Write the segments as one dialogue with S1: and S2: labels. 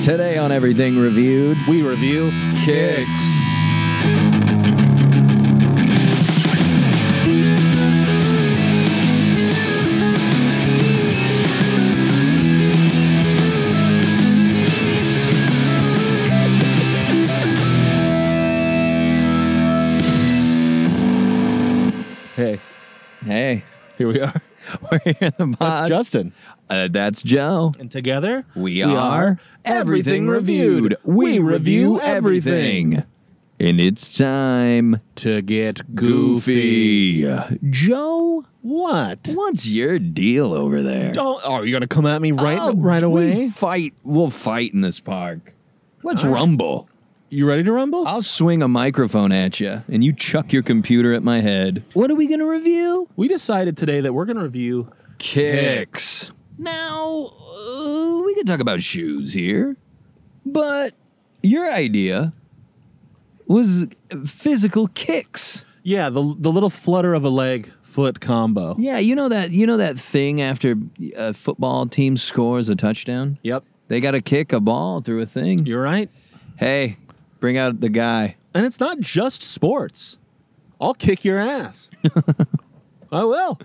S1: Today on Everything Reviewed,
S2: We review
S1: kicks.
S2: Hey,
S1: Hey,
S2: here we are.
S1: we're here in the
S2: That's
S1: pod.
S2: Justin.
S1: Uh, that's Joe.
S2: And together,
S1: We, are Everything Reviewed. We review everything. And it's time,
S2: to get
S1: Goofy. Joe,
S2: What?
S1: what's your deal over there?
S2: Don't. Oh, are you gonna come at me right
S1: Oh,
S2: right
S1: we
S2: away?
S1: fight. We'll fight in this park. Let's rumble.
S2: You ready to rumble?
S1: I'll swing a microphone at you, and you chuck your computer at my head. What are we gonna review?
S2: we decided today that we're gonna review.
S1: Kicks. Now uh, we could talk about shoes here, but your idea was physical kicks.
S2: Yeah, the the little flutter of a leg foot combo.
S1: Yeah, you know that you know that thing after a football team scores a touchdown,
S2: Yep.
S1: they got to kick a ball through a thing.
S2: You're right.
S1: Hey, bring out the guy.
S2: And it's not just sports. I'll kick your ass. I will.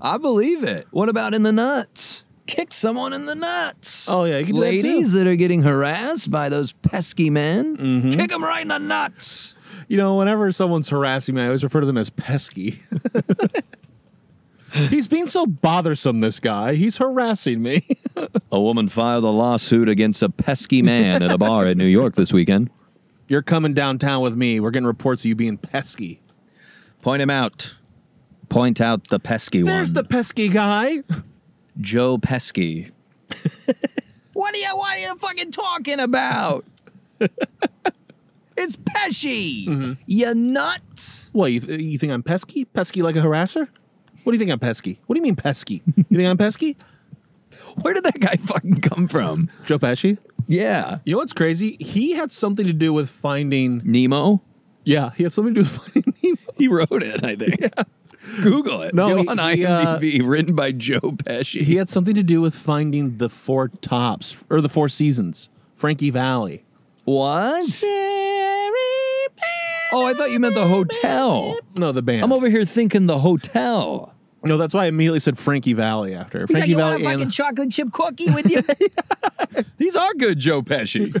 S1: I believe it. What about in the nuts? Kick someone in the nuts.
S2: Oh, yeah, you can do that, too.
S1: ladies that are getting harassed by those pesky men,
S2: Mm-hmm.
S1: kick them right in the nuts.
S2: You know, whenever someone's harassing me, I always refer to them as pesky. He's being so bothersome, this guy. He's harassing me.
S1: A woman filed a lawsuit against a pesky man at a bar in New York this weekend.
S2: You're coming downtown with me. We're getting reports of you being pesky.
S1: Point him out. Point out the pesky
S2: There's
S1: one.
S2: the pesky guy.
S1: Joe Pesky. what are you? What are you fucking talking about? it's Pesci. You nuts.
S2: What, you, th- you think I'm pesky? Pesky like a harasser? What do you think I'm pesky? What do you mean pesky? You think I'm pesky?
S1: Where did that guy fucking come from?
S2: Joe Pesci?
S1: Yeah.
S2: You know what's crazy? He had something to do with finding.
S1: Nemo.
S2: Yeah, he had something to do with finding Nemo.
S1: He wrote it, I think. Google it.
S2: No,
S1: Go
S2: he-
S1: on
S2: he, uh,
S1: IMDb, written by Joe Pesci.
S2: He had something to do with finding the four tops or the four seasons. Frankie Valley.
S1: what? Oh, I thought you meant the hotel.
S2: No, the band.
S1: I'm over here thinking the hotel.
S2: no, that's why I immediately said Frankie Valley after Frankie Valley. And
S1: chocolate chip cookie with you? These are good, Joe Pesci.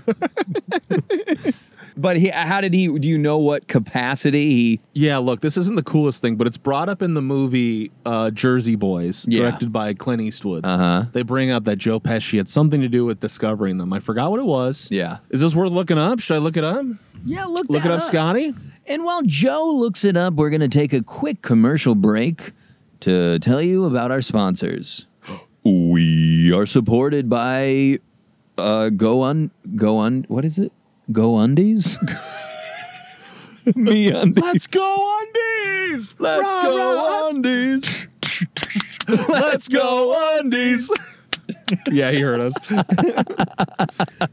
S1: but he, how did he? Do you know what capacity he?
S2: yeah, look, this isn't the coolest thing, but it's brought up in the movie uh, Jersey Boys,
S1: Yeah.
S2: directed by Clint Eastwood. Uh-huh. They bring up that Joe Pesci had something to do with discovering them. I forgot what it was.
S1: Yeah.
S2: is this worth looking up? Should I look it up?
S1: Yeah,
S2: Look it up, Scotty.
S1: And while Joe looks it up, we're going to take a quick commercial break to tell you about our sponsors. We are supported by uh, Go On, Go On, what is it? Go Undies? Me Undies.
S2: Let's go undies.
S1: Let's
S2: Rah, rah.
S1: go undies. Let's go undies.
S2: Yeah, he heard us.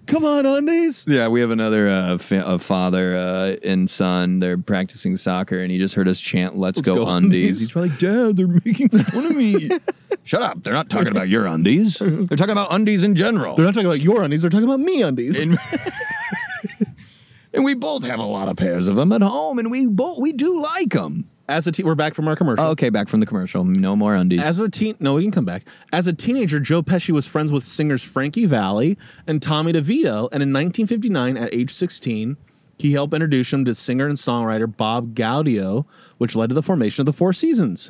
S2: Come on, undies.
S1: Yeah, we have another uh, fa- a father uh, and son. They're practicing soccer, and he just heard us chant "Let's, go,
S2: go
S1: undies."
S2: undies.
S1: He's probably, "Dad, they're making fun of me." Shut up! They're not talking about your undies. They're talking about undies in general.
S2: They're not talking about your undies. They're talking about me undies.
S1: And- and we both have a lot of pairs of them at home, and we both we do like them.
S2: As a te- we're back from our commercial.
S1: Okay, back from the commercial. No more undies.
S2: As a teen, no, we can come back. As a teenager, Joe Pesci was friends with singers Frankie Valli and Tommy DeVito, and in 1959, at age 16, he helped introduce him to singer and songwriter Bob Gaudio, which led to the formation of the Four Seasons.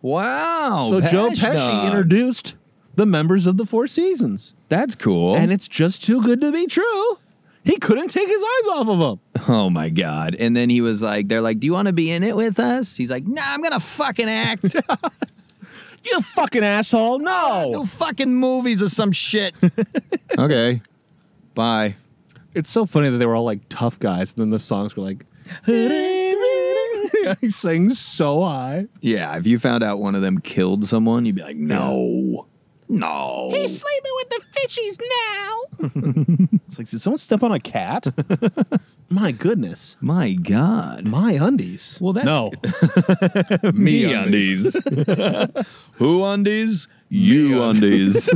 S1: wow.
S2: So Joe
S1: Peshna.
S2: Pesci introduced the members of the Four Seasons,
S1: That's cool.
S2: and it's just too good to be true. He couldn't take his eyes off of him.
S1: Oh my god. And then he was like, they're like, Do you want to be in it with us? He's like, Nah, I'm gonna fucking act.
S2: You fucking asshole!
S1: Do
S2: No,
S1: fucking movies or some shit. okay. Bye.
S2: it's so funny that they were all like tough guys, and then the songs were like. he sang so high.
S1: Yeah, if you found out one of them killed someone, you'd be like, No. No.
S2: sleeping with the fishies now.
S3: It's like, did someone step on a cat?
S2: My goodness.
S1: My God.
S2: My undies.
S1: Well, that's
S3: no.
S1: me
S2: undies.
S1: undies. Who undies? You undies.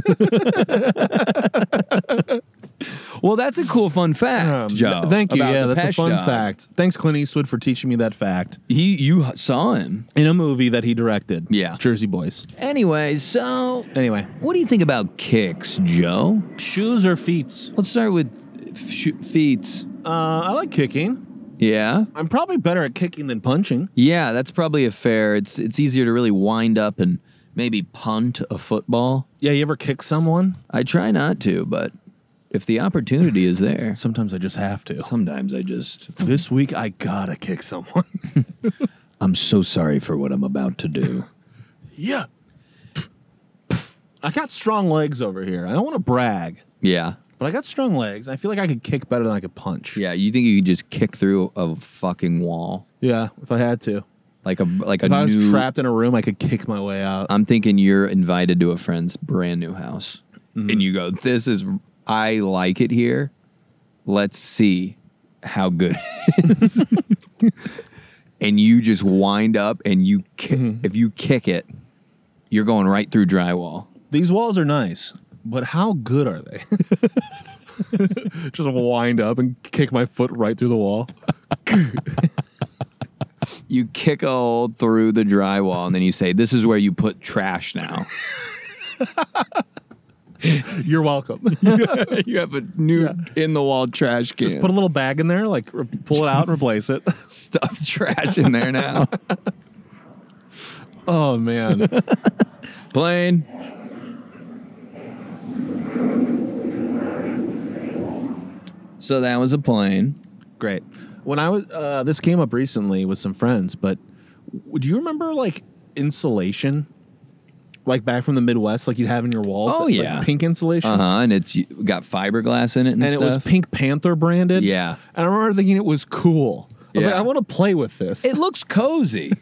S1: well, that's a cool fun fact,
S2: Um, th-
S1: Joe.
S2: thank you.
S1: about
S2: Yeah, that's
S1: Depeche
S2: a fun
S1: Dog.
S2: fact. Thanks, Clint Eastwood, for teaching me that fact
S1: He, you h- saw him.
S2: in a movie that he directed.
S1: Yeah.
S2: Jersey Boys.
S1: Anyway, so
S2: Anyway,
S1: what do you think about kicks, Joe?
S2: shoes or feet?
S1: Let's start with f- sh- feet.
S2: Uh, I like kicking.
S1: Yeah,
S2: I'm probably better at kicking than punching.
S1: yeah, that's probably a fair. It's it's easier to really wind up and maybe punt a football.
S2: Yeah, you ever kick someone?
S1: I try not to, but if the opportunity is there,
S2: Sometimes I just have to.
S1: sometimes I just
S2: This week I gotta kick someone.
S1: I'm so sorry for what I'm about to do.
S2: yeah. I got strong legs over here. I don't want to brag,
S1: yeah,
S2: but I got strong legs. I feel like I could kick better than I could punch.
S1: yeah. You think you could just kick through a fucking wall
S2: Yeah, if I had to.
S1: like a like
S2: If
S1: a
S2: I was
S1: new?
S2: trapped in a room, I could kick my way out.
S1: I'm thinking you're invited to a friend's brand new house and you go, This is, I like it here. Let's see how good it is. and you just wind up and you, ki- if you kick it, you're going right through drywall.
S2: These walls are nice, but how good are they? Just wind up and kick my foot right through the wall.
S1: You kick a hole through the drywall and then you say, This is where you put trash now.
S2: You're welcome.
S1: you have a new in the wall trash can.
S2: Just put a little bag in there, like re- pull it out and replace it.
S1: stuffed trash in there now.
S2: Oh man.
S1: Plane. So that was a plane.
S2: Great. When I was, uh, this came up recently with some friends, but w- do you remember like insulation? Like back from the Midwest, like you'd have in your walls?
S1: Oh,
S2: like,
S1: yeah.
S2: pink insulation.
S1: Uh huh. And it's got fiberglass in it and,
S2: And
S1: stuff.
S2: it was Pink Panther branded.
S1: Yeah.
S2: And I remember thinking it was cool. I was
S1: Yeah.
S2: like, I want to play with this.
S1: It looks cozy,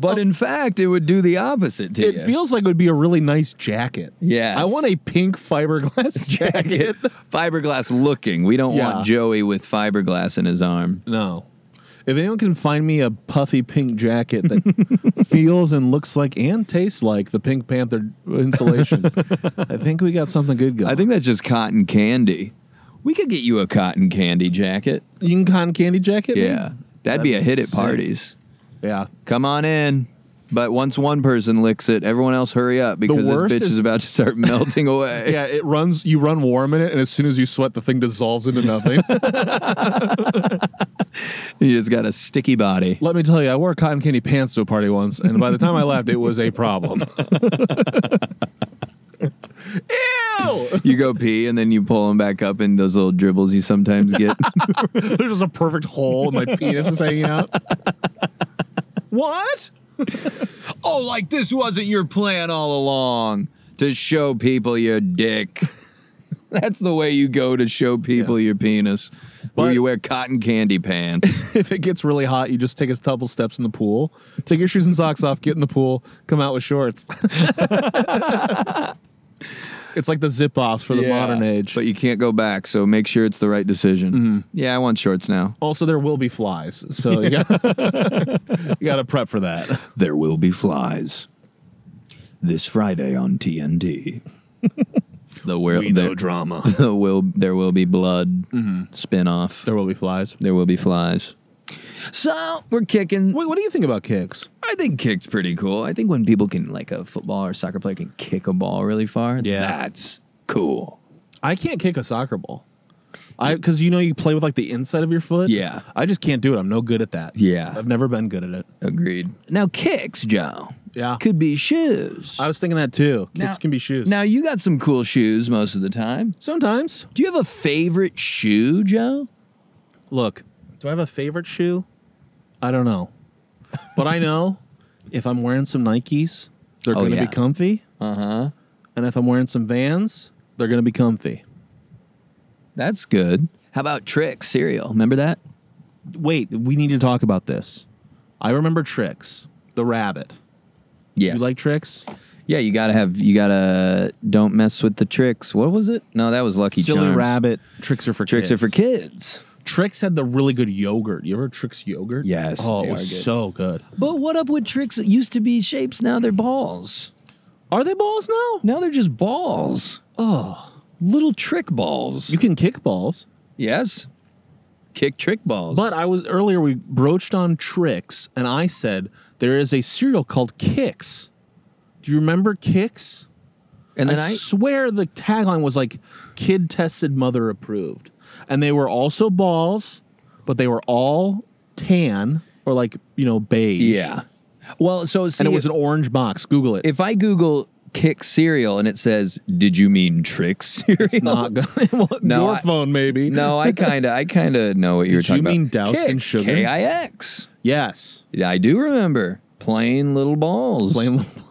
S1: but in fact, it would do the opposite to
S2: It
S1: you.
S2: feels like it would be a really nice jacket.
S1: Yes.
S2: I want a pink fiberglass jacket.
S1: fiberglass looking. We don't
S2: Yeah.
S1: want Joey with fiberglass in his arm.
S2: no. If anyone can find me a puffy pink jacket that feels and looks like and tastes like the Pink Panther insulation, I think we got something good going.
S1: I think that's just cotton candy. We could get you a cotton candy jacket.
S2: Ying Khan candy jacket. me?
S1: Yeah, that'd be a
S2: That'd
S1: hit
S2: be
S1: at
S2: sick.
S1: parties.
S2: Yeah.
S1: come on in. But once one person licks it, everyone else hurry up because this
S2: worst
S1: bitch is,
S2: is-
S1: about to start melting away.
S2: Yeah, it runs. You run warm in it, and as soon as you sweat, the thing dissolves into nothing.
S1: You just got a sticky body.
S2: Let me tell you, I wore cotton candy pants to a party once, and by the time I left, it was a problem. Ew!
S1: You go pee and then you pull them back up in those little dribbles you sometimes get.
S2: There's just a perfect hole and my penis is hanging out. What?
S1: oh, like this wasn't your plan all along to show people your dick. That's the way you go to show people your penis. where
S2: But-
S1: you wear cotton candy pants.
S2: If it gets really hot, you just take a couple steps in the pool, take your shoes and socks off, get in the pool, come out with shorts. it's like the zip offs for the
S1: Yeah.
S2: modern age.
S1: But you can't go back, so make sure it's the right decision. Yeah, I want shorts now.
S2: also, there will be flies, so you got to prep for that.
S1: There Will Be Flies. This Friday on TNT. the where there,
S2: drama.
S1: the will there will be blood spin-off.
S2: There will be flies.
S1: There will be flies. So we're kicking.
S2: Wait, what do you think about kicks?
S1: I think kick's pretty cool. I think when people can like a football or soccer player can kick a ball really far,
S2: Yeah.
S1: that's cool.
S2: I can't kick a soccer ball. I because you know you play with like the inside of your foot.
S1: Yeah.
S2: I just can't do it. I'm no good at that.
S1: Yeah.
S2: I've never been good at it.
S1: Agreed. Now kicks, Joe.
S2: Yeah.
S1: Could be shoes.
S2: I was thinking that too. Kicks
S1: Now-
S2: can be shoes.
S1: Now you got some cool shoes most of the time.
S2: sometimes
S1: Do you have a favorite shoe, Joe?
S2: look. Do I have a favorite shoe? I don't know, but I know if I'm wearing some Nikes, they're
S1: Oh,
S2: going to
S1: yeah.
S2: be comfy. Uh huh. And if I'm wearing some Vans, they're going to be comfy.
S1: That's good. How about Trick cereal? Remember that?
S2: Wait, we need to talk about this. I remember tricks. The rabbit.
S1: Yeah.
S2: You like tricks?
S1: Yeah, you gotta have you gotta don't mess with the tricks. What was it? No, that was Lucky
S2: Silly
S1: Charms.
S2: Rabbit, Tricks are for
S1: Tricks
S2: kids.
S1: are for kids.
S2: Tricks had the really good yogurt. You ever had Tricks yogurt?
S1: Yes,
S2: Oh,
S1: they
S2: it
S1: are
S2: was
S1: good.
S2: so good.
S1: But what up with tricks that used to be shapes? Now they're balls.
S2: Are they balls now?
S1: Now they're just balls. Oh, little trick balls.
S2: You can kick balls.
S1: yes, kick trick balls.
S2: But I was earlier we broached on tricks, and I said there is a cereal called Kicks. Do you remember Kicks?
S1: and then
S2: I,
S1: I,
S2: swear the tagline was like "Kid tested, mother approved," and they were also balls, but they were all tan or like you know beige.
S1: yeah. Well, so see,
S2: and it was an orange box. Google it.
S1: if I Google kick cereal and it says, "Did you mean trick cereal?"
S2: It's not good. well,
S1: No,
S2: your
S1: I-
S2: phone maybe.
S1: no, I kind of, I kind of know what you were
S2: Did you
S1: talking about.
S2: mean doused in
S1: Kix,
S2: sugar?
S1: K-I-X.
S2: Yes.
S1: Yeah, I do remember plain little balls.
S2: Plain little-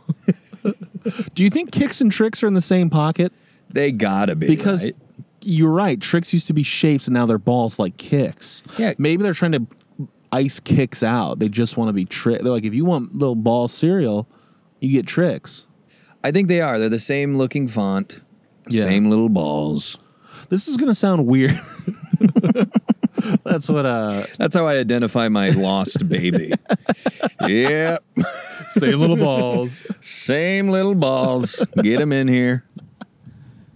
S2: Do you think kicks and tricks are in the same pocket?
S1: They gotta be
S2: Because
S1: right?
S2: you're right. Tricks used to be shapes, and now they're balls like kicks.
S1: Yeah.
S2: Maybe they're trying to ice kicks out. They just want to be trick. They're like, if you want little ball cereal, you get tricks.
S1: I think they are. They're the same looking font,
S2: Yeah.
S1: same little balls.
S2: This is gonna sound weird. That's what uh
S1: That's how I identify my lost baby. yeah,
S2: say little balls.
S1: same little balls. Get them in here.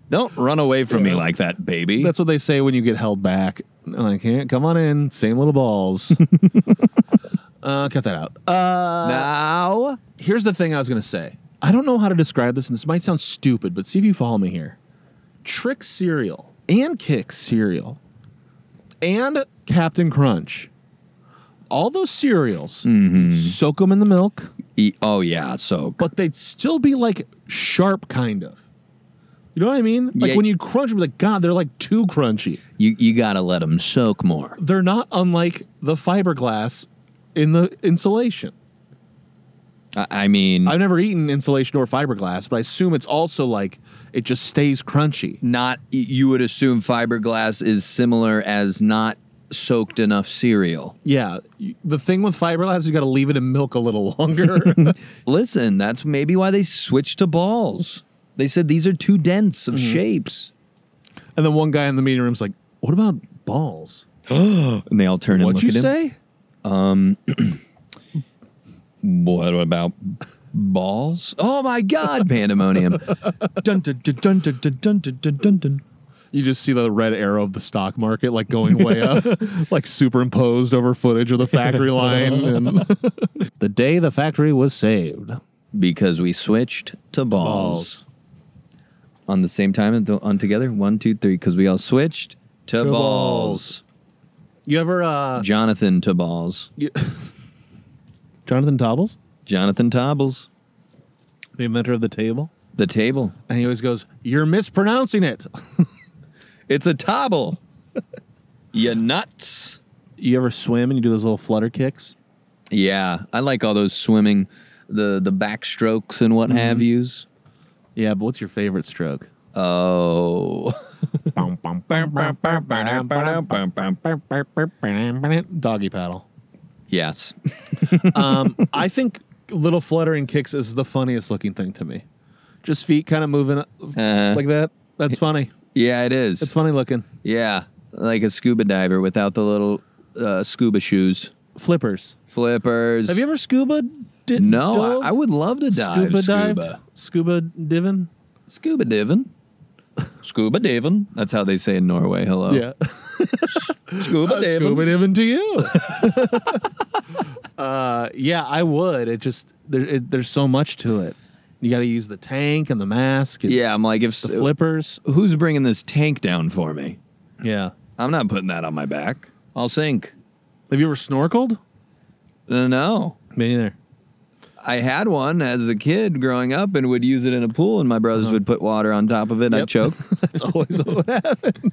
S1: Don't run away from me like that, baby.
S2: That's what they say when you get held back. Like, can't come on in, same little balls. uh cut that out. uh,
S1: now.
S2: here's the thing I was going to say. I don't know how to describe this, and this might sound stupid, but see if you follow me here. Trick cereal and Kick cereal and Captain Crunch. All those cereals, soak them in the milk,
S1: E- oh yeah, so
S2: but they'd still be like sharp, kind of. You know what I mean? Like
S1: Yeah.
S2: when you crunch, them, like God, they're like too crunchy.
S1: you you gotta let them soak more.
S2: They're not unlike the fiberglass in the insulation.
S1: I, I mean,
S2: I've never eaten insulation or fiberglass, but I assume it's also like it just stays crunchy.
S1: not y- you would assume fiberglass is similar as not soaked enough cereal.
S2: Yeah. y- The thing with fiberglass is you got to leave it in milk a little longer.
S1: Listen, that's maybe why they switched to balls. They said these are too dense of
S2: Mm-hmm.
S1: shapes,
S2: and then one guy in the meeting room's like, "What about balls?"
S1: and they all turn and
S2: What'd
S1: look
S2: you
S1: at him.
S2: say?
S1: What about balls? Oh my God! Pandemonium. dun, dun, dun, dun, dun, dun, dun, dun, dun, dun, dun.
S2: You just see the red arrow of the stock market like going way up, like superimposed over footage of the factory line. And the day the factory was saved.
S1: Because we switched to balls, on the same time and th- on together. One, two, three. Because we all switched to, balls.
S2: balls. You ever uh
S1: Jonathan to balls.
S2: Jonathan Tobbles,
S1: Jonathan Tobbles.
S2: the inventor of the table?
S1: The table.
S2: And he always goes, "You're mispronouncing it."
S1: It's a tobble. you nuts.
S2: You ever swim and you do those little flutter kicks?
S1: Yeah, I like all those swimming, the the backstrokes and what have
S2: Mm-hmm.
S1: yous.
S2: Yeah, but what's your favorite stroke?
S1: Oh,
S2: Doggy paddle.
S1: yes.
S2: Um, I think little fluttering kicks is the funniest looking thing to me. Just feet kind of moving up like that. That's funny.
S1: Yeah, it is.
S2: Uh-huh. It's funny looking.
S1: yeah, like a scuba diver without the little uh, scuba shoes,
S2: Flippers.
S1: flippers.
S2: Have you ever scuba? Di-
S1: No,
S2: dove?
S1: I, I would love to dive
S2: scuba
S1: scuba.
S2: dived?
S1: Scuba,
S2: Scuba divin?
S1: scuba divin. Scuba divin. That's how they say in Norway. Hello.
S2: Yeah. Uh,
S1: Scuba divin.
S2: Oh. Scuba divin to you. uh, yeah, I would. It just there, it, there's so much to it. You got to use the tank and the mask. And
S1: Yeah, I'm like, if
S2: The flippers.
S1: who's bringing this tank down for me?
S2: Yeah.
S1: I'm not putting that on my back. I'll sink.
S2: Have you ever snorkeled?
S1: Uh, No.
S2: Me neither.
S1: I had one as a kid growing up and would use it in a pool, and my brothers would put water on top of it and I'd
S2: Uh-huh. Yep.
S1: choke.
S2: That's always what happened.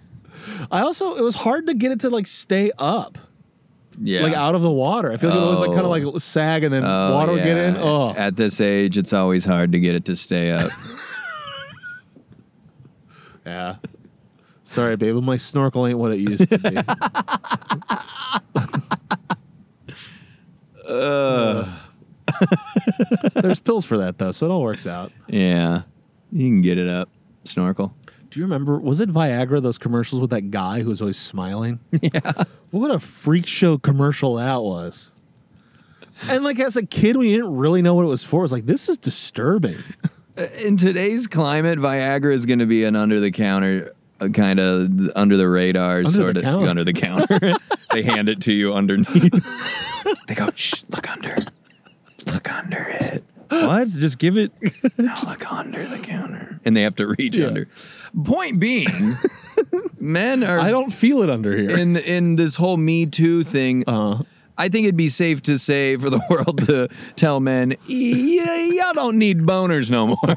S2: I also it was hard to get it to like stay up,
S1: Yeah.
S2: like out of the water. I feel like it was like kind
S1: Oh.
S2: of like sag and then
S1: Oh,
S2: water would get
S1: yeah.
S2: in. Oh,
S1: At this age, it's always hard to get it to stay up.
S2: yeah. Sorry, babe, but my snorkel ain't what it used to be. There's pills for that though, so it all works out.
S1: Yeah. You can get it up. Snorkel.
S2: Do you remember? Was it Viagra? Those commercials with that guy who was always smiling. Yeah. What a freak show commercial that was. And like as a kid, we didn't really know what it was for. It was like this is disturbing.
S1: Uh, In today's climate, Viagra is going to be an under the counter, kind of under the radar
S2: the
S1: sort of
S2: counter.
S1: under the counter. they hand it to you underneath. they go, shh, look under. Look under it.
S3: What? Just give it.
S1: No, look under the counter. And they have to reach
S2: Yeah.
S1: under. Point being, men are
S2: I don't feel it under here.
S1: in in this whole Me Too thing,
S2: Uh-huh.
S1: I think it'd be safe to say for the world to tell men, "Y- y'all don't need boners no more.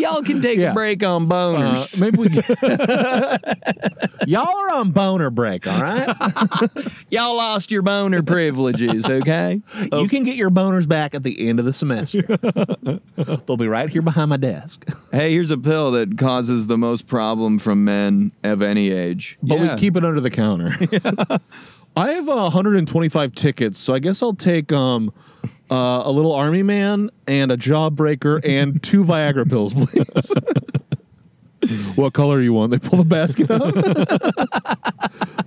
S1: y'all can take
S2: Yeah.
S1: a break on
S2: Uh,
S1: boners.
S2: maybe we. Y'all are on boner break, all right?
S1: y'all lost your boner privileges, okay? Oh,
S2: You can get your boners back at the end of the semester. They'll be right here behind my desk.
S1: hey, here's a pill that causes the most problem from men of any age.
S2: But
S1: Yeah.
S2: we keep it under the counter. I have uh, 125 tickets, so I guess I'll take um, uh, a little army man and a jawbreaker and two Viagra pills, please. what color you want? They pull the basket up.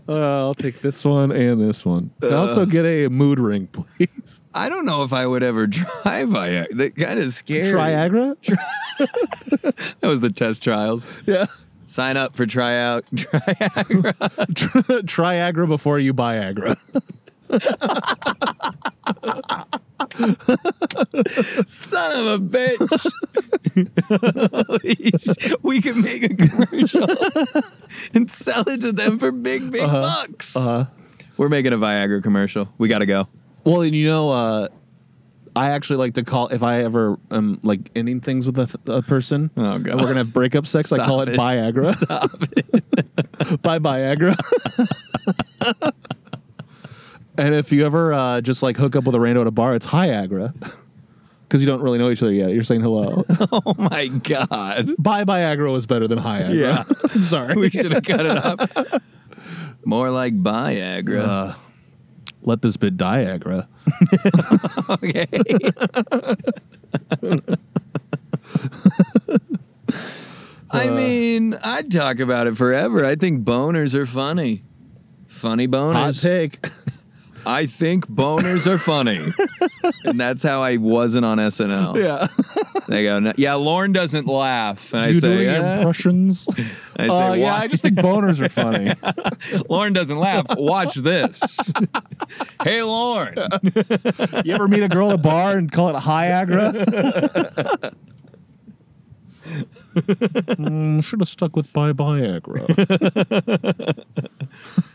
S2: uh, I'll take this one and this one. Can I
S1: Uh.
S2: also get a mood ring, please.
S1: I don't know if I would ever try Viagra. That kind of scary.
S2: Triagra?
S1: That was the test trials.
S2: yeah.
S1: Sign up for tryout.
S2: Triagra before you buy Agra.
S1: Son of a bitch. Holy sh- we could make a commercial and sell it to them for big, big bucks. We're making a Viagra commercial. We got to go.
S2: Well, and you know, uh, I actually like to call if I ever am like ending things with a, th- a person.
S1: Oh,
S2: and
S1: God.
S2: we're gonna have breakup sex. I call it,
S1: Stop it.
S2: Viagra. Stop it. Bye, Viagra. and if you ever uh, just like hook up with a rando at a bar, it's hi Agra, because you don't really know each other yet. You're saying hello.
S1: Oh my God.
S2: Bye, Viagra is better than hi Agra.
S1: Yeah.
S2: I'm sorry.
S1: We should have cut it up. More like Viagra.
S2: uh, Let this bit die, Agra.
S1: okay. I mean, I'd talk about it forever. I think boners are funny. Funny
S2: Hot
S1: boners.
S2: take.
S1: I think boners are funny. and that's how I wasn't on SNL.
S2: yeah.
S1: They go, "No- yeah, Lauren doesn't laugh. And I
S2: you
S1: say,
S2: doing
S1: "Uh,"
S2: impressions?
S1: I say
S2: Uh, yeah,
S1: "Why?"
S2: I just think boners are funny.
S1: Lauren doesn't laugh. Watch this. hey, Lauren.
S2: You ever meet a girl at a bar and call it Hyagra? mm, should have stuck with Bye Bye Agra.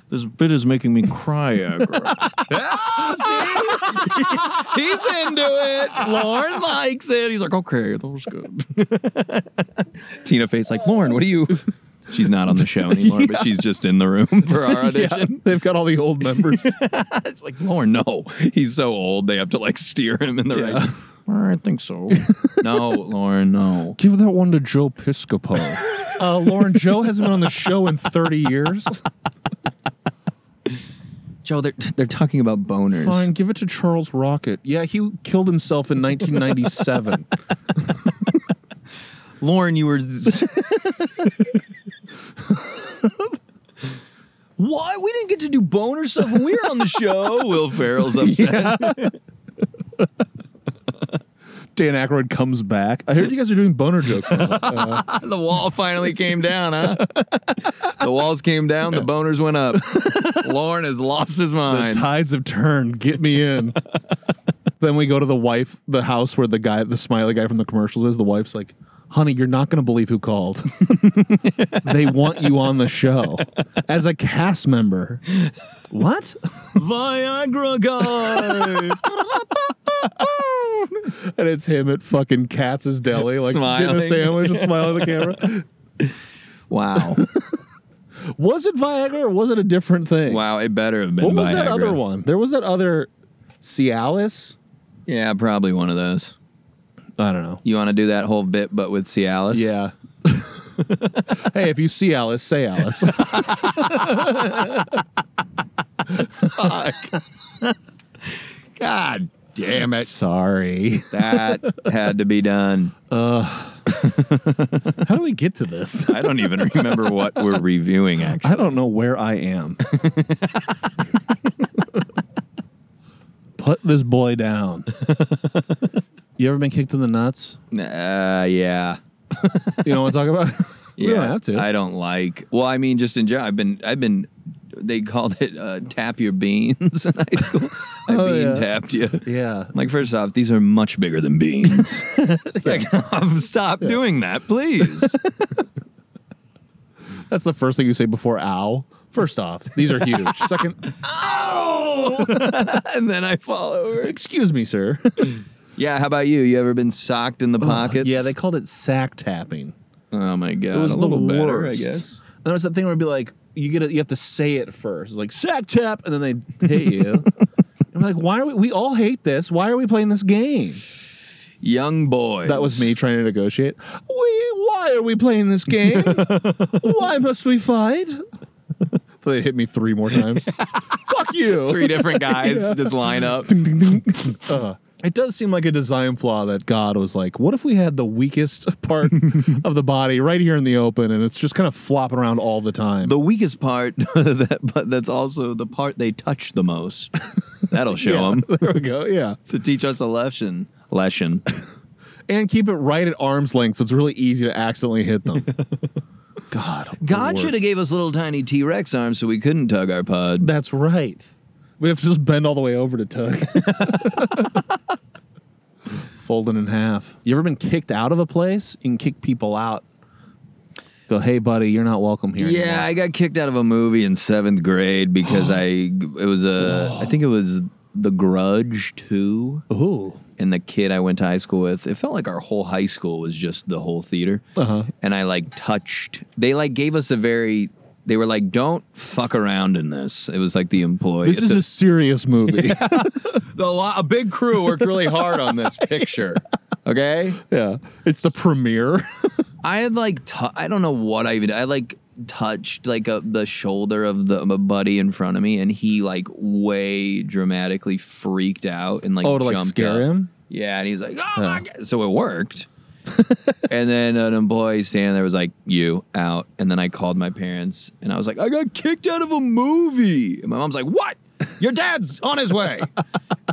S3: This bit is making me cry, Agra.
S1: He's into it. Lauren likes it. He's like, okay, that was good. Tina Fey's like, Lauren, what are you? She's not on the show anymore, but she's just in the room for our audition.
S2: They've got all the old members.
S1: It's like, Lauren, no. He's so old, they have to like steer him in the right.
S3: I think so.
S1: No, Lauren, no.
S2: Give that one to Joe Piscopo. Uh, Lauren, Joe hasn't been on the show in 30 years.
S1: Joe, they're, they're talking about boners.
S2: Fine, give it to Charles Rocket. Yeah, he killed himself in 1997.
S1: Lauren, you were. Why we didn't get to do boner stuff when we were on the show? Will Ferrell's upset.
S2: Dan Aykroyd comes back. I heard you guys are doing boner jokes. now.
S1: The wall finally came down, huh? the walls came down, the boners went up. Lauren has lost his
S2: The
S1: mind.
S2: tides have turned. Get me in. then we go to the wife, the house where the guy, the smiley guy from the commercials is. The wife's like, honey, you're not going to believe who called. they want you on the show as a cast member. What?
S1: Viagra guy.
S2: And it's him at fucking Katz's Deli, like getting
S1: Smiling.
S2: a sandwich and smiling at the camera.
S1: wow.
S2: Was it Viagra or was it a different thing?
S1: Wow, it better have been
S2: What was that
S1: Viagra.
S2: other one? There was that other Cialis.
S1: Yeah, probably one of those.
S2: I don't know.
S1: You want to do that whole bit, but with Cialis?
S2: Yeah. hey, if you see Alice, say Alice.
S1: God Damn it.
S2: Sorry.
S1: That had to be done.
S2: How do we get to this?
S1: I don't even remember what we're reviewing, actually.
S2: I don't know where I am. Put this boy down. you ever been kicked in the nuts?
S1: Uh, yeah.
S2: You know what I'm talking about? we
S1: Yeah.
S2: don't have to.
S1: I don't like. Well, I mean, just in general, I've been, I've been, they called it uh, tap your beans in high school. I
S2: Oh,
S1: bean
S2: yeah.
S1: tapped you.
S2: yeah.
S1: Like, first off, these are much bigger than beans. Second off, stop doing that, please.
S2: That's the first thing you say before ow. First off, these are huge. Second, Oh.
S1: and then I fall over.
S2: excuse me, sir.
S1: Yeah, how about you? You ever been socked in the pockets?
S2: yeah, they called it sack tapping.
S1: Oh my god,
S2: It was
S1: a little
S2: the
S1: better,
S2: worst.
S1: I guess.
S2: And there was that thing where it'd be like, you get it, you have to say it first. It's like sack tap, and then they hit you. I'm like, why are we? We all hate this. Why are we playing this game?
S1: Young boys.
S2: That was me trying to negotiate. We, why are we playing this game? why must we fight? But they hit me three more times. Fuck you.
S1: Three different guys just line up.
S2: Uh, it does seem like a design flaw that God was like, what if we had the weakest part of the body right here in the open and it's just kind of flopping around all the time?
S1: The weakest part, that, but that's also the part they touch the most. That'll show them
S2: there we go. Yeah.
S1: to teach us a lesson. Lesson.
S2: And keep it right at arm's length so it's really easy to accidentally hit them. God.
S1: God
S2: the
S1: should
S2: worst.
S1: have gave us little tiny T Rex arms so we couldn't tug our pod.
S2: That's right. We have to just bend all the way over to tug. Folding in half. You ever been kicked out of a place? You can kick people out. Go, hey, buddy, you're not welcome here.
S1: Yeah, I got kicked out of a movie in seventh grade because I it was a I think it was The Grudge two.
S2: Anymore. Ooh.
S1: and the kid I went to high school with, it felt like our whole high school was just the whole theater.
S2: Uh-huh.
S1: And I like touched. They like gave us a very. They were like, "Don't fuck around in this." It was like the employee.
S2: This is a serious movie. Yeah.
S1: a, lo- a big crew worked really hard on this picture. Okay,
S2: It's the premiere.
S1: I had like tu- I don't know what I even I like touched like a, the shoulder of the of a buddy in front of me, and he like way dramatically freaked out and like
S2: Oh, to, like,
S1: jumped
S2: scare
S1: up.
S2: him?
S1: Yeah, and he was like, "Oh my god!" So it worked. and then an employee standing there was like, "You out?" And then I called my parents, and I was like, "I got kicked out of a movie." And my mom's like, "What? Your dad's on his way." and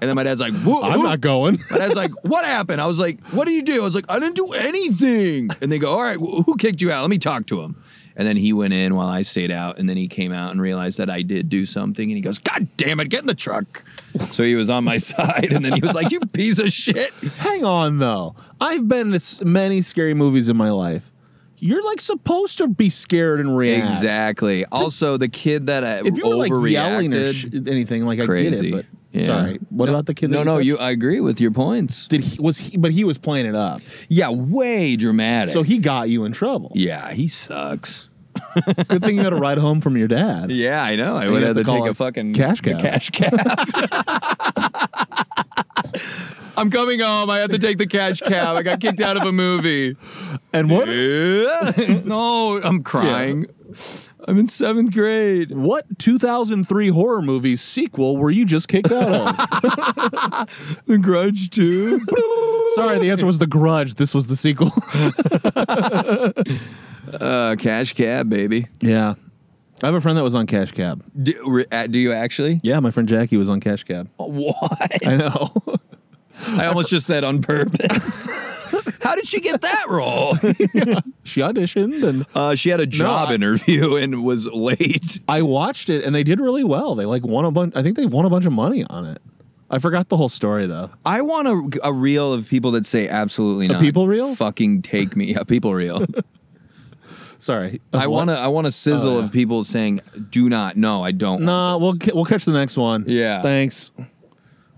S1: then my dad's like, "Who-
S2: I'm
S1: who-
S2: not going.
S1: and I was like, "What happened?" I was like, "What did you do?" I was like, "I didn't do anything." And they go, "All right, wh- who kicked you out? Let me talk to him." And then he went in while I stayed out, and then he came out and realized that I did do something, and he goes, "God damn it, get in the truck!" So he was on my side, and then he was like, "You piece of shit."
S2: Hang on, though. I've been to s- many scary movies in my life. You're like supposed to be scared and react.
S1: Exactly. Also, the kid that I
S2: If you were like
S1: overreacted.
S2: yelling or sh- anything, like I
S1: Crazy.
S2: get it. But
S1: Yeah.
S2: sorry, what about the kid? that
S1: no, no,
S2: touched?
S1: you. I agree with your points.
S2: did he was he but he was playing it up
S1: Yeah, way dramatic.
S2: so he got you in trouble
S1: yeah, he sucks.
S2: good thing you had a ride home from your dad
S1: Yeah, I know. I
S2: you
S1: would
S2: have
S1: have
S2: to
S1: to,
S2: call
S1: take
S2: it
S1: a fucking
S2: cash
S1: the
S2: cab.
S1: Cash cab. I'm coming home. I had to take the cash cab. I got kicked out of a movie.
S2: and what
S1: no, I'm crying. I'm in seventh grade.
S2: what 2003 horror movie sequel were you just kicked out of
S1: The Grudge too.
S2: sorry the answer was the grudge this was the sequel
S1: uh, cash cab, baby.
S2: yeah i have a friend that was on cash cab
S1: Do, re- uh, do you actually?
S2: yeah my friend jackie was on cash cab
S1: Oh. What?
S2: i know
S1: I almost just said on purpose. How did she get that role?
S2: she auditioned and
S1: Uh, she had a job
S2: I-
S1: interview and was late.
S2: i watched it and they did really well they like won a bunch i think they won a bunch of money on it i forgot the whole story though
S1: I want a, a reel of people that say absolutely not.
S2: people reel?
S1: Fucking take me. A people reel.
S2: sorry
S1: I want to. I want a sizzle
S2: Oh, yeah.
S1: of people saying, "Do not. No, I don't." want
S2: Nah, uh, we'll ca- we'll catch the next one.
S1: Yeah.
S2: Thanks.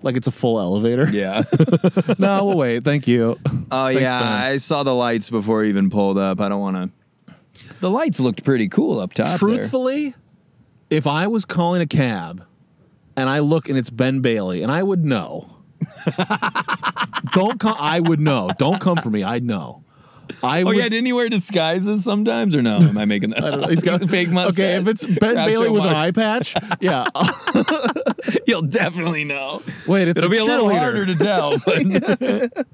S2: Like it's a full elevator.
S1: this." Yeah.
S2: no, we'll wait. Thank you.
S1: Oh
S2: Thanks,
S1: yeah.
S2: Ben.
S1: I saw the lights before I even pulled up. I don't want to. The lights looked pretty cool up top. there.
S2: Truthfully, if I was calling a cab and I look and it's Ben Bailey and I would know. Don't come I would know. Don't come for me. I'd know. I
S1: Oh
S2: would.
S1: yeah, didn't he wear disguises sometimes or no? Am I making that? I
S2: He's got
S1: fake mustache.
S2: Okay, if it's Ben
S1: Groucho
S2: Bailey with an eye
S1: Marx.
S2: patch, yeah.
S1: you'll definitely know.
S2: Wait, it's
S1: It'll
S2: a
S1: be a little
S2: cheerleader.
S1: harder to tell, but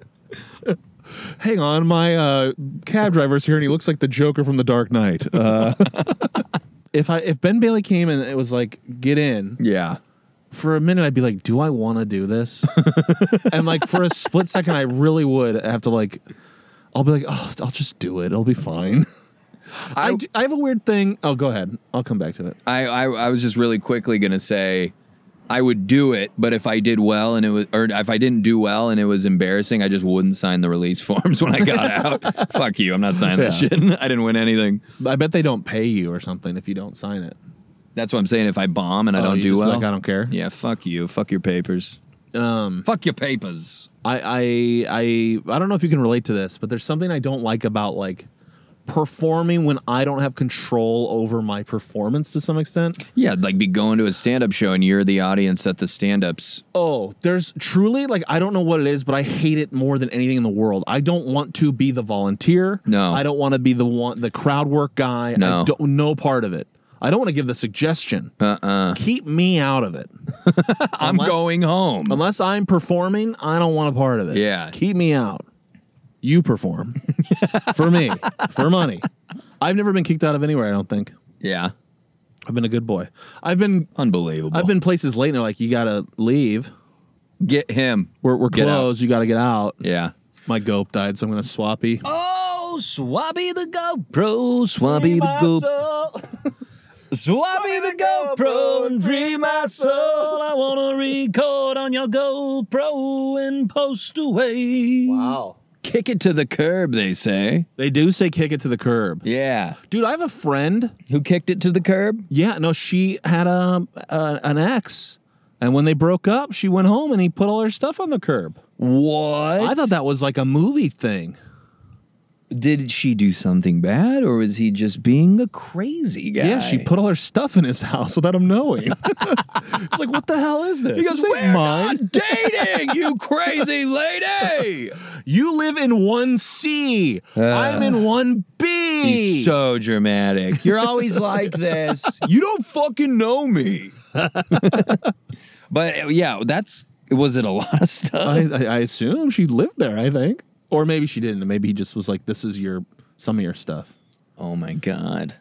S2: Hang on, my uh, cab driver's here, and he looks like the Joker from The Dark Knight. Uh, if I if Ben Bailey came and it was like, get in
S1: yeah.
S2: for a minute, I'd be like, do I want to do this? and like for a split second, I really would have to like, I'll be like, oh, I'll just do it. It'll be fine. I, d- I have a weird thing. Oh, go ahead. I'll come back to it.
S1: I, I I was just really quickly gonna say I would do it, but if I did well and it was, or if I didn't do well and it was embarrassing, I just wouldn't sign the release forms when I got out. Fuck you! I'm not signing that
S2: Yeah.
S1: shit. I didn't win anything.
S2: I bet they don't pay you or something if you don't sign it.
S1: That's what I'm saying. If I bomb and I
S2: Oh,
S1: don't
S2: you
S1: do
S2: just be
S1: well,
S2: like, I don't care.
S1: Yeah, fuck you. Fuck your papers. Um, fuck your papers.
S2: I, I I I don't know if you can relate to this, but there's something I don't like about like performing when I don't have control over my performance to some extent.
S1: Yeah, like be going to a stand-up show and you're the audience at the stand-ups.
S2: Oh, there's truly like I don't know what it is, but I hate it more than anything in the world. I don't want to be the volunteer.
S1: No.
S2: I don't want to be the one the crowd work guy.
S1: No.
S2: I don't no part of it. I don't want to give the suggestion. Uh-uh. Keep me out of it.
S1: I'm
S2: Unless-
S1: going home.
S2: Unless I'm performing, I don't want a part of it.
S1: Yeah.
S2: Keep me out. You perform for me, for money. I've never been kicked out of anywhere, I don't think.
S1: yeah,
S2: I've been a good boy. I've been
S1: unbelievable.
S2: I've been places late and they're like, you gotta leave.
S1: get him.
S2: We're, we're
S1: Get out.
S2: closed. You gotta get out.
S1: Yeah.
S2: My gope died, so I'm gonna swappy.
S1: Oh, Swabby the GoPro, Swabby the GoPro, Swabby the GoPro, and free my soul. I wanna record on your GoPro and post away.
S2: Wow.
S1: Kick it to the curb, they say.
S2: They do say kick it to the curb.
S1: Yeah.
S2: Dude, I have a friend.
S1: Who kicked it to the curb?
S2: Yeah, no, she had a, a an ex. And when they broke up, she went home and he put all her stuff on the curb.
S1: What?
S2: I thought that was like a movie thing.
S1: Did she do something bad, or was he just being a crazy guy?
S2: Yeah, she put all her stuff in his house without him knowing. it's like, what the hell is this?
S1: He goes,
S2: This ain't
S1: "We're not dating, you crazy lady.
S2: You live in one C. am in one B.
S1: He's so dramatic. You're always like this. You don't fucking know me. but uh, yeah, that's was it a lot of stuff?
S2: I, I, I assume she lived there. I think, or maybe she didn't. Maybe he just was like, "This is your some of your stuff."
S1: Oh my god.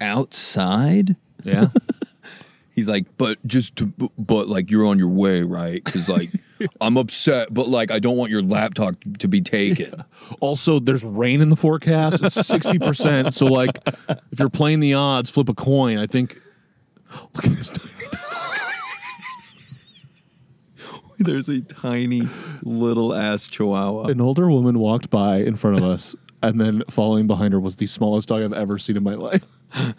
S1: Outside?
S2: Yeah,
S1: He's like, "But just to bu- but like you're on your way, right? Cuz like I'm upset, but like I don't want your laptop to be taken."
S2: Also, there's rain in the forecast. It's sixty percent. So, like, if you're playing the odds, flip a coin. I think. Look at this.
S1: There's a tiny little ass chihuahua.
S2: An older woman walked by in front of us, and then following behind her was the smallest dog I've ever seen in my life.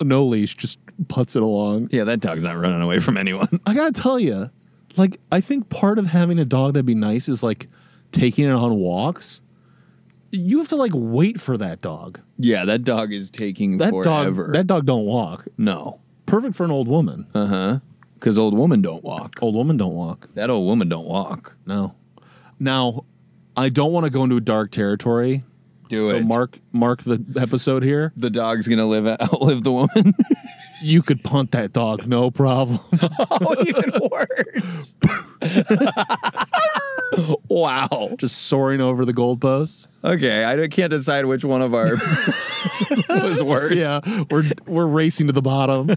S2: No leash, just puts it along.
S1: Yeah, that dog's not running away from anyone.
S2: I gotta tell you, like, I think part of having a dog that'd be nice is like taking it on walks. You have to like wait for that dog.
S1: Yeah, that dog is taking
S2: That
S1: forever.
S2: dog, that dog don't walk.
S1: no.
S2: Perfect for an old woman.
S1: Cuz old women don't walk.
S2: Old woman don't walk.
S1: That old woman don't walk.
S2: No. Now, I don't want to go into a dark territory.
S1: Do
S2: So mark mark the episode here.
S1: the dog's gonna live outlive the woman.
S2: You could punt that dog, no problem.
S1: oh, even worse. wow.
S2: Just soaring over the gold posts.
S1: Okay, I can't decide which one of our was worse.
S2: Yeah, we're we're racing to the bottom.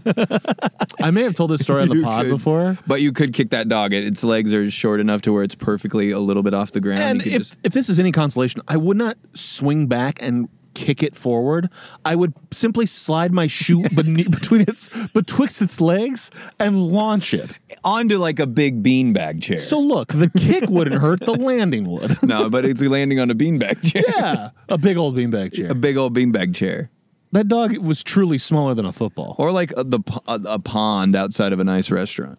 S2: I may have told this story on the
S1: You
S2: pod
S1: could-
S2: before.
S1: But you could kick that dog. It- Its legs are short enough to where it's perfectly a little bit off the ground.
S2: And
S1: you could
S2: if,
S1: just-
S2: if this is any consolation, I would not swing back and kick it forward. I would simply slide my shoe bene- between its betwixt its legs and launch it.
S1: onto like a big beanbag chair.
S2: So look, the kick wouldn't hurt, the landing would.
S1: no, but it's landing on a beanbag chair.
S2: Yeah, a big old beanbag chair.
S1: A big old beanbag chair.
S2: That dog was truly smaller than a football.
S1: Or like a, the po- a, a pond outside of a nice restaurant.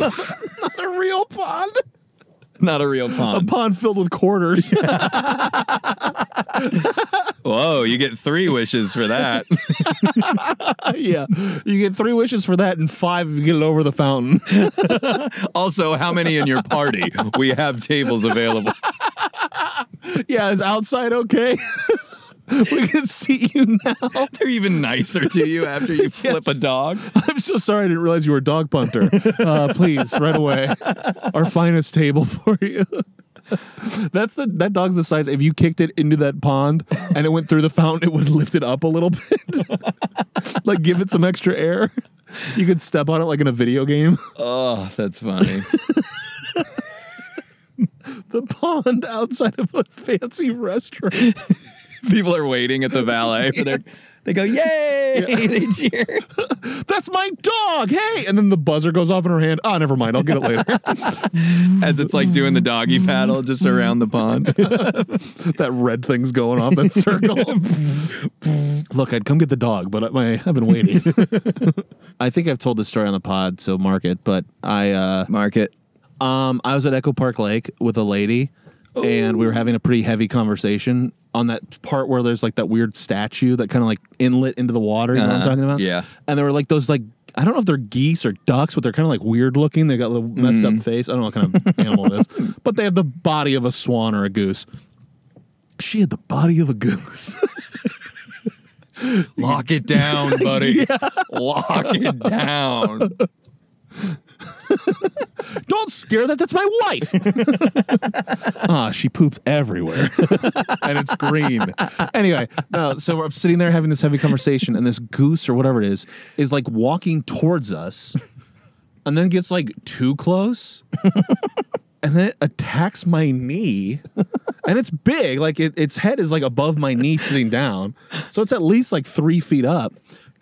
S2: Not a real pond.
S1: Not a real
S2: A
S1: pond.
S2: pond filled with quarters.
S1: Whoa, you get three wishes for that.
S2: yeah. You get three wishes for that and five if you get it over the fountain.
S1: Also, how many in your party? We have tables available.
S2: Yeah, is outside okay? we can see you now.
S1: They're even nicer to you after you flip a dog.
S2: I'm so sorry I didn't realize you were a dog punter. Uh, please, right away. Our finest table for you. That's the that dog's the size. If you kicked it into that pond and it went through the fountain, it would lift it up a little bit. like give it some extra air. You could step on it like in a video game.
S1: Oh, that's funny.
S2: The pond outside of a fancy restaurant.
S1: People are waiting at the valet for their. They go, yay! they cheer.
S2: That's my dog. Hey, and then the buzzer goes off in her hand. Ah, never mind. I'll get it later.
S1: As it's like doing the doggy paddle just around the pond.
S2: that red thing's going off in circle. Look, I'd come get the dog, but I, I've been waiting. I think I've told this story on the pod, so mark it. But I, uh,
S1: Mark it.
S2: um, I was at Echo Park Lake with a lady, and we were having a pretty heavy conversation on that part where there's like that weird statue that kind of like inlet into the water. You know what
S1: Uh-huh.
S2: I'm talking about?
S1: Yeah.
S2: And there were like those like. I don't know if they're geese or ducks, but they're kind of like weird looking. They got a little
S1: Mm-hmm.
S2: messed up face. I don't know what kind of animal it is, but they have the body of a swan or a goose. She had the body of a goose.
S1: Lock it down, buddy. Lock it down.
S2: Don't scare that. That's my wife. ah, she pooped everywhere, and it's green. Anyway, no. So we're sitting there having this heavy conversation, and this goose or whatever it is is like walking towards us, and then gets like too close, and then it attacks my knee, and it's big. Like it, its head is like above my knee, sitting down, so it's at least like three feet up.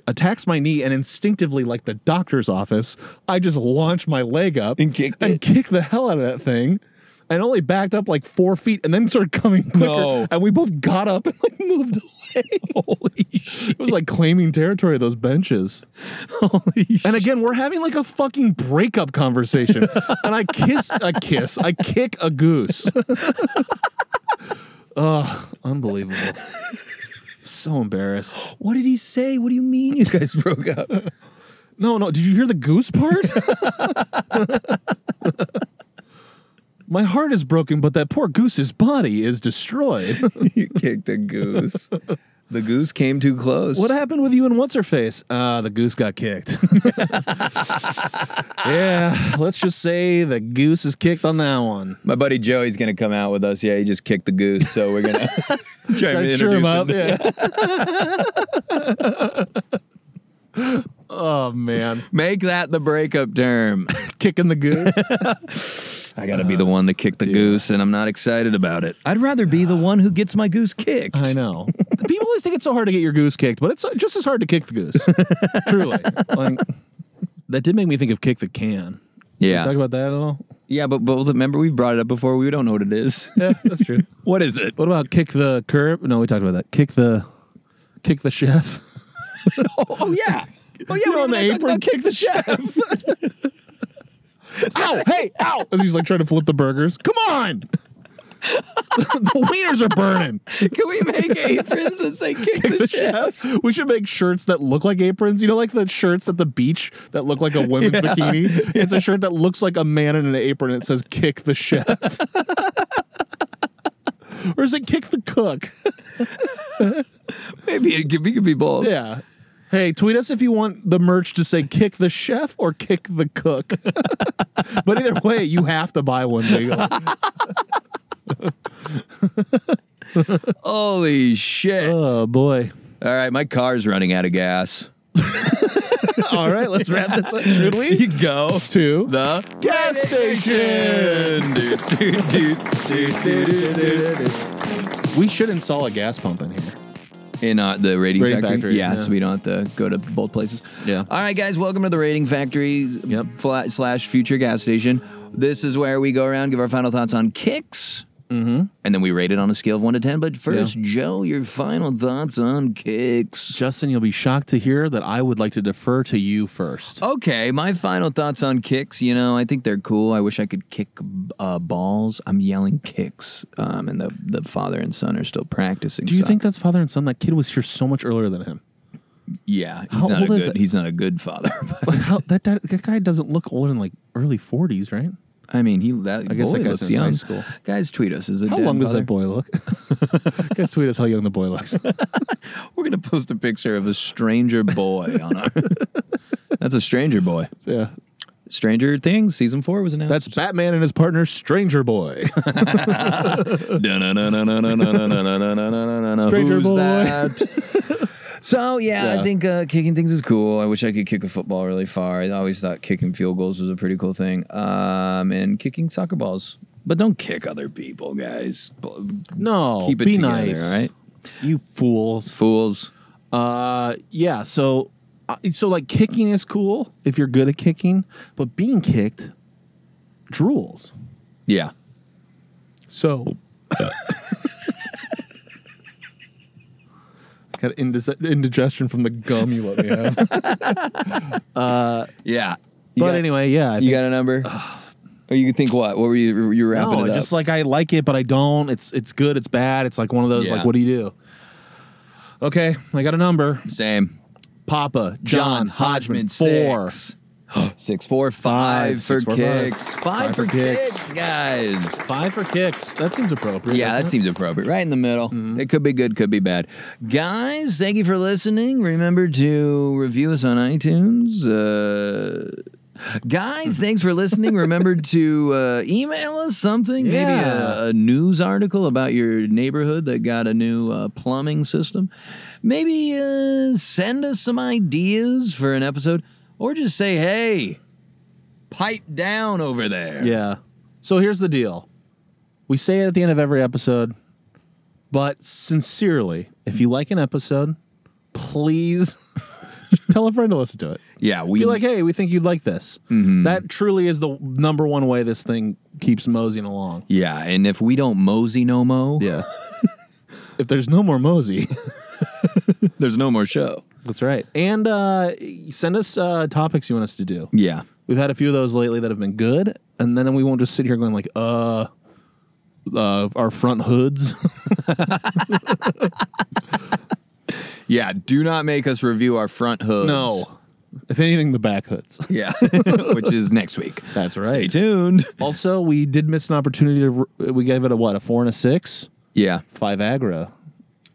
S2: Attacks my knee, and instinctively, like the doctor's office, I just launch my leg up
S1: And kicked
S2: and
S1: it.
S2: kicked the hell out of that thing. And only backed up like four feet and then started coming quicker.
S1: No.
S2: And we both got up and like moved away. Holy shit. It was like claiming territory of those benches. And again, we're having like a fucking breakup conversation. and I kiss a kiss. I kick a goose. Ugh, unbelievable. So embarrassed.
S1: What did he say? What do you mean you guys broke up?
S2: No, no. Did you hear the goose part? My heart is broken, but that poor goose's body is destroyed.
S1: you kicked a goose. The goose came too close.
S2: what happened with you and what's her face? Uh, the goose got kicked. yeah, let's just say the goose is kicked on that one.
S1: My buddy Joey's gonna come out with us. Yeah, he just kicked the goose, so we're gonna try
S2: Try to
S1: to introduce
S2: cheer him up.
S1: him.
S2: Yeah. oh man,
S1: Make that the breakup term.
S2: kicking the goose.
S1: I gotta
S2: Uh,
S1: be the one to kick the goose, and I'm not excited about it. I'd rather be the one who gets my goose kicked.
S2: I know. People always think it's so hard to get your goose kicked, but it's just as hard to kick the goose. Truly. Like, that did make me think of kick the can.
S1: Yeah,
S2: Talk about that at all?
S1: yeah, but but remember we brought it up before. We don't know what it is.
S2: Yeah, that's true.
S1: what is it?
S2: what about kick the curb? No, we talked about that. Kick the kick the chef.
S1: Oh yeah. Oh
S2: You
S1: yeah,
S2: know,
S1: we're
S2: on the
S1: gonna talk
S2: apron,
S1: about
S2: kick the chef. ow! Hey, ow! As he's like trying to flip the burgers. Come on! the wieners are burning.
S1: Can we make aprons and say kick, the, chef?
S2: We should make shirts that look like aprons. You know, like the shirts at the beach that look like a women's bikini. It's a shirt that looks like a man in an apron. and It says "Kick the chef," or is it "Kick the cook"?
S1: Maybe it could, we could be both.
S2: Yeah. Hey, tweet us if you want the merch to say "Kick the chef" or "Kick the cook." but either way, you have to buy one. Legal.
S1: Holy shit!
S2: Oh boy!
S1: All right, my car's running out of gas.
S2: All right, let's wrap this up. Should we?
S1: You go.
S2: Two.
S1: the gas
S2: station.
S1: station.
S2: We should install a gas pump in here.
S1: In uh, the rating,
S2: Rating
S1: factory,
S2: Factory,
S1: yeah,
S2: yeah.
S1: so we don't have to go to both places.
S2: Yeah.
S1: All right, guys, welcome to the rating factory
S2: Yep.
S1: fla- slash future gas station. This is where we go around, give our final thoughts on kicks, mm-hmm. and then we rate it on a scale of one to ten. But first, Joe, your final thoughts on kicks.
S2: Justin, you'll be shocked to hear that I would like to defer to you first.
S1: Okay, my final thoughts on kicks. You know, I think they're cool. I wish I could kick uh, balls. I'm yelling kicks, um, and the the father and son are still practicing.
S2: Do you
S1: soccer.
S2: think that's father and son? That kid was here so much earlier than him.
S1: Yeah, he's
S2: How
S1: not
S2: old
S1: a
S2: is
S1: good.
S2: it?
S1: He's not a good father.
S2: But how, that, that that guy doesn't look older than like early forties, right?
S1: I mean, he. That,
S2: I guess
S1: boy
S2: that guy
S1: looks
S2: sounds
S1: young.
S2: high school.
S1: Guys, tweet us. Is it
S2: How
S1: dad
S2: long does
S1: father?
S2: that boy look? Guys, tweet us how young the boy looks.
S1: We're gonna post a picture of a stranger boy on our. That's a stranger boy.
S2: yeah.
S1: Stranger Things season four was announced.
S2: That's Batman and his partner, Stranger Boy. Stranger
S1: Stranger
S2: boy.
S1: So yeah,
S2: Yeah.
S1: I think uh, kicking things is cool. I wish I could kick a football really far. I always thought kicking field goals was a pretty cool thing, um, and kicking soccer balls. But don't kick other people, guys.
S2: no,
S1: Keep it
S2: be
S1: together,
S2: nice,
S1: right?
S2: You fools.
S1: Fools.
S2: Uh, yeah. So, uh, so like kicking is cool if you're good at kicking, but being kicked drools.
S1: Yeah.
S2: So, got indig- indigestion from the gum you let me have. but
S1: Yeah. You got-
S2: anyway, yeah. I
S1: you got a number? or you could think what? What were you? You were wrapping
S2: no,
S1: it up.
S2: just like I like it, but I don't. It's it's good. It's bad. It's like one of those.
S1: Yeah.
S2: Like, what do you do? Okay, I got a number.
S1: Same.
S2: Papa John, Hodgman, four.
S1: six. Six, four,
S2: Five,
S1: five
S2: six,
S1: for
S2: four, five.
S1: kicks. Five for kicks, guys.
S2: Five for kicks. That seems appropriate.
S1: Yeah,
S2: doesn't
S1: that
S2: it? Mm-hmm.
S1: seems appropriate. Right in the middle. It could be good, could be bad. Guys, thank you for listening. Remember to review us on iTunes. Uh, guys, thanks for listening. Remember to uh, email us something, maybe
S2: Yeah.
S1: a, a news article about your neighborhood that got a new uh, plumbing system. Maybe uh, send us some ideas for an episode, or just say, hey, pipe down over there.
S2: Yeah. So here's the deal. We say it at the end of every episode, but sincerely, if you like an episode, please tell a friend to listen to it.
S1: yeah we
S2: Be like, hey, we think you'd like this. That truly is the number one way this thing keeps moseying along.
S1: Yeah, and if we don't mosey no mo,
S2: Yeah. if there's no more mosey,
S1: there's no more show.
S2: that's right. And uh, send us uh, topics you want us to do.
S1: Yeah.
S2: We've had a few of those lately that have been good, and then we won't just sit here going like, uh, uh our front hoods.
S1: Yeah, do not make us review our front hooves.
S2: No. If anything, the back hoods.
S1: Yeah, which is next week.
S2: That's
S1: Stay tuned.
S2: Also, we did miss an opportunity to. We gave it a what? A four and a six?
S1: Yeah.
S2: Five aggro.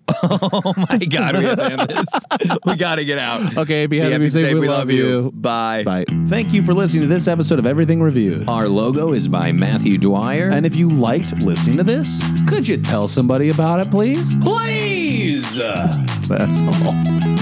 S1: My God, we gotta end this. We gotta get out.
S2: Okay, be happy,
S1: Yeah,
S2: be safe. We, love, you.
S1: Bye.
S2: Bye. Thank you for listening to this episode of Everything Reviewed.
S1: Our logo is by Matthew Dwyer.
S2: And if you liked listening to this, could you tell somebody about it, please?
S1: please.
S2: That's all.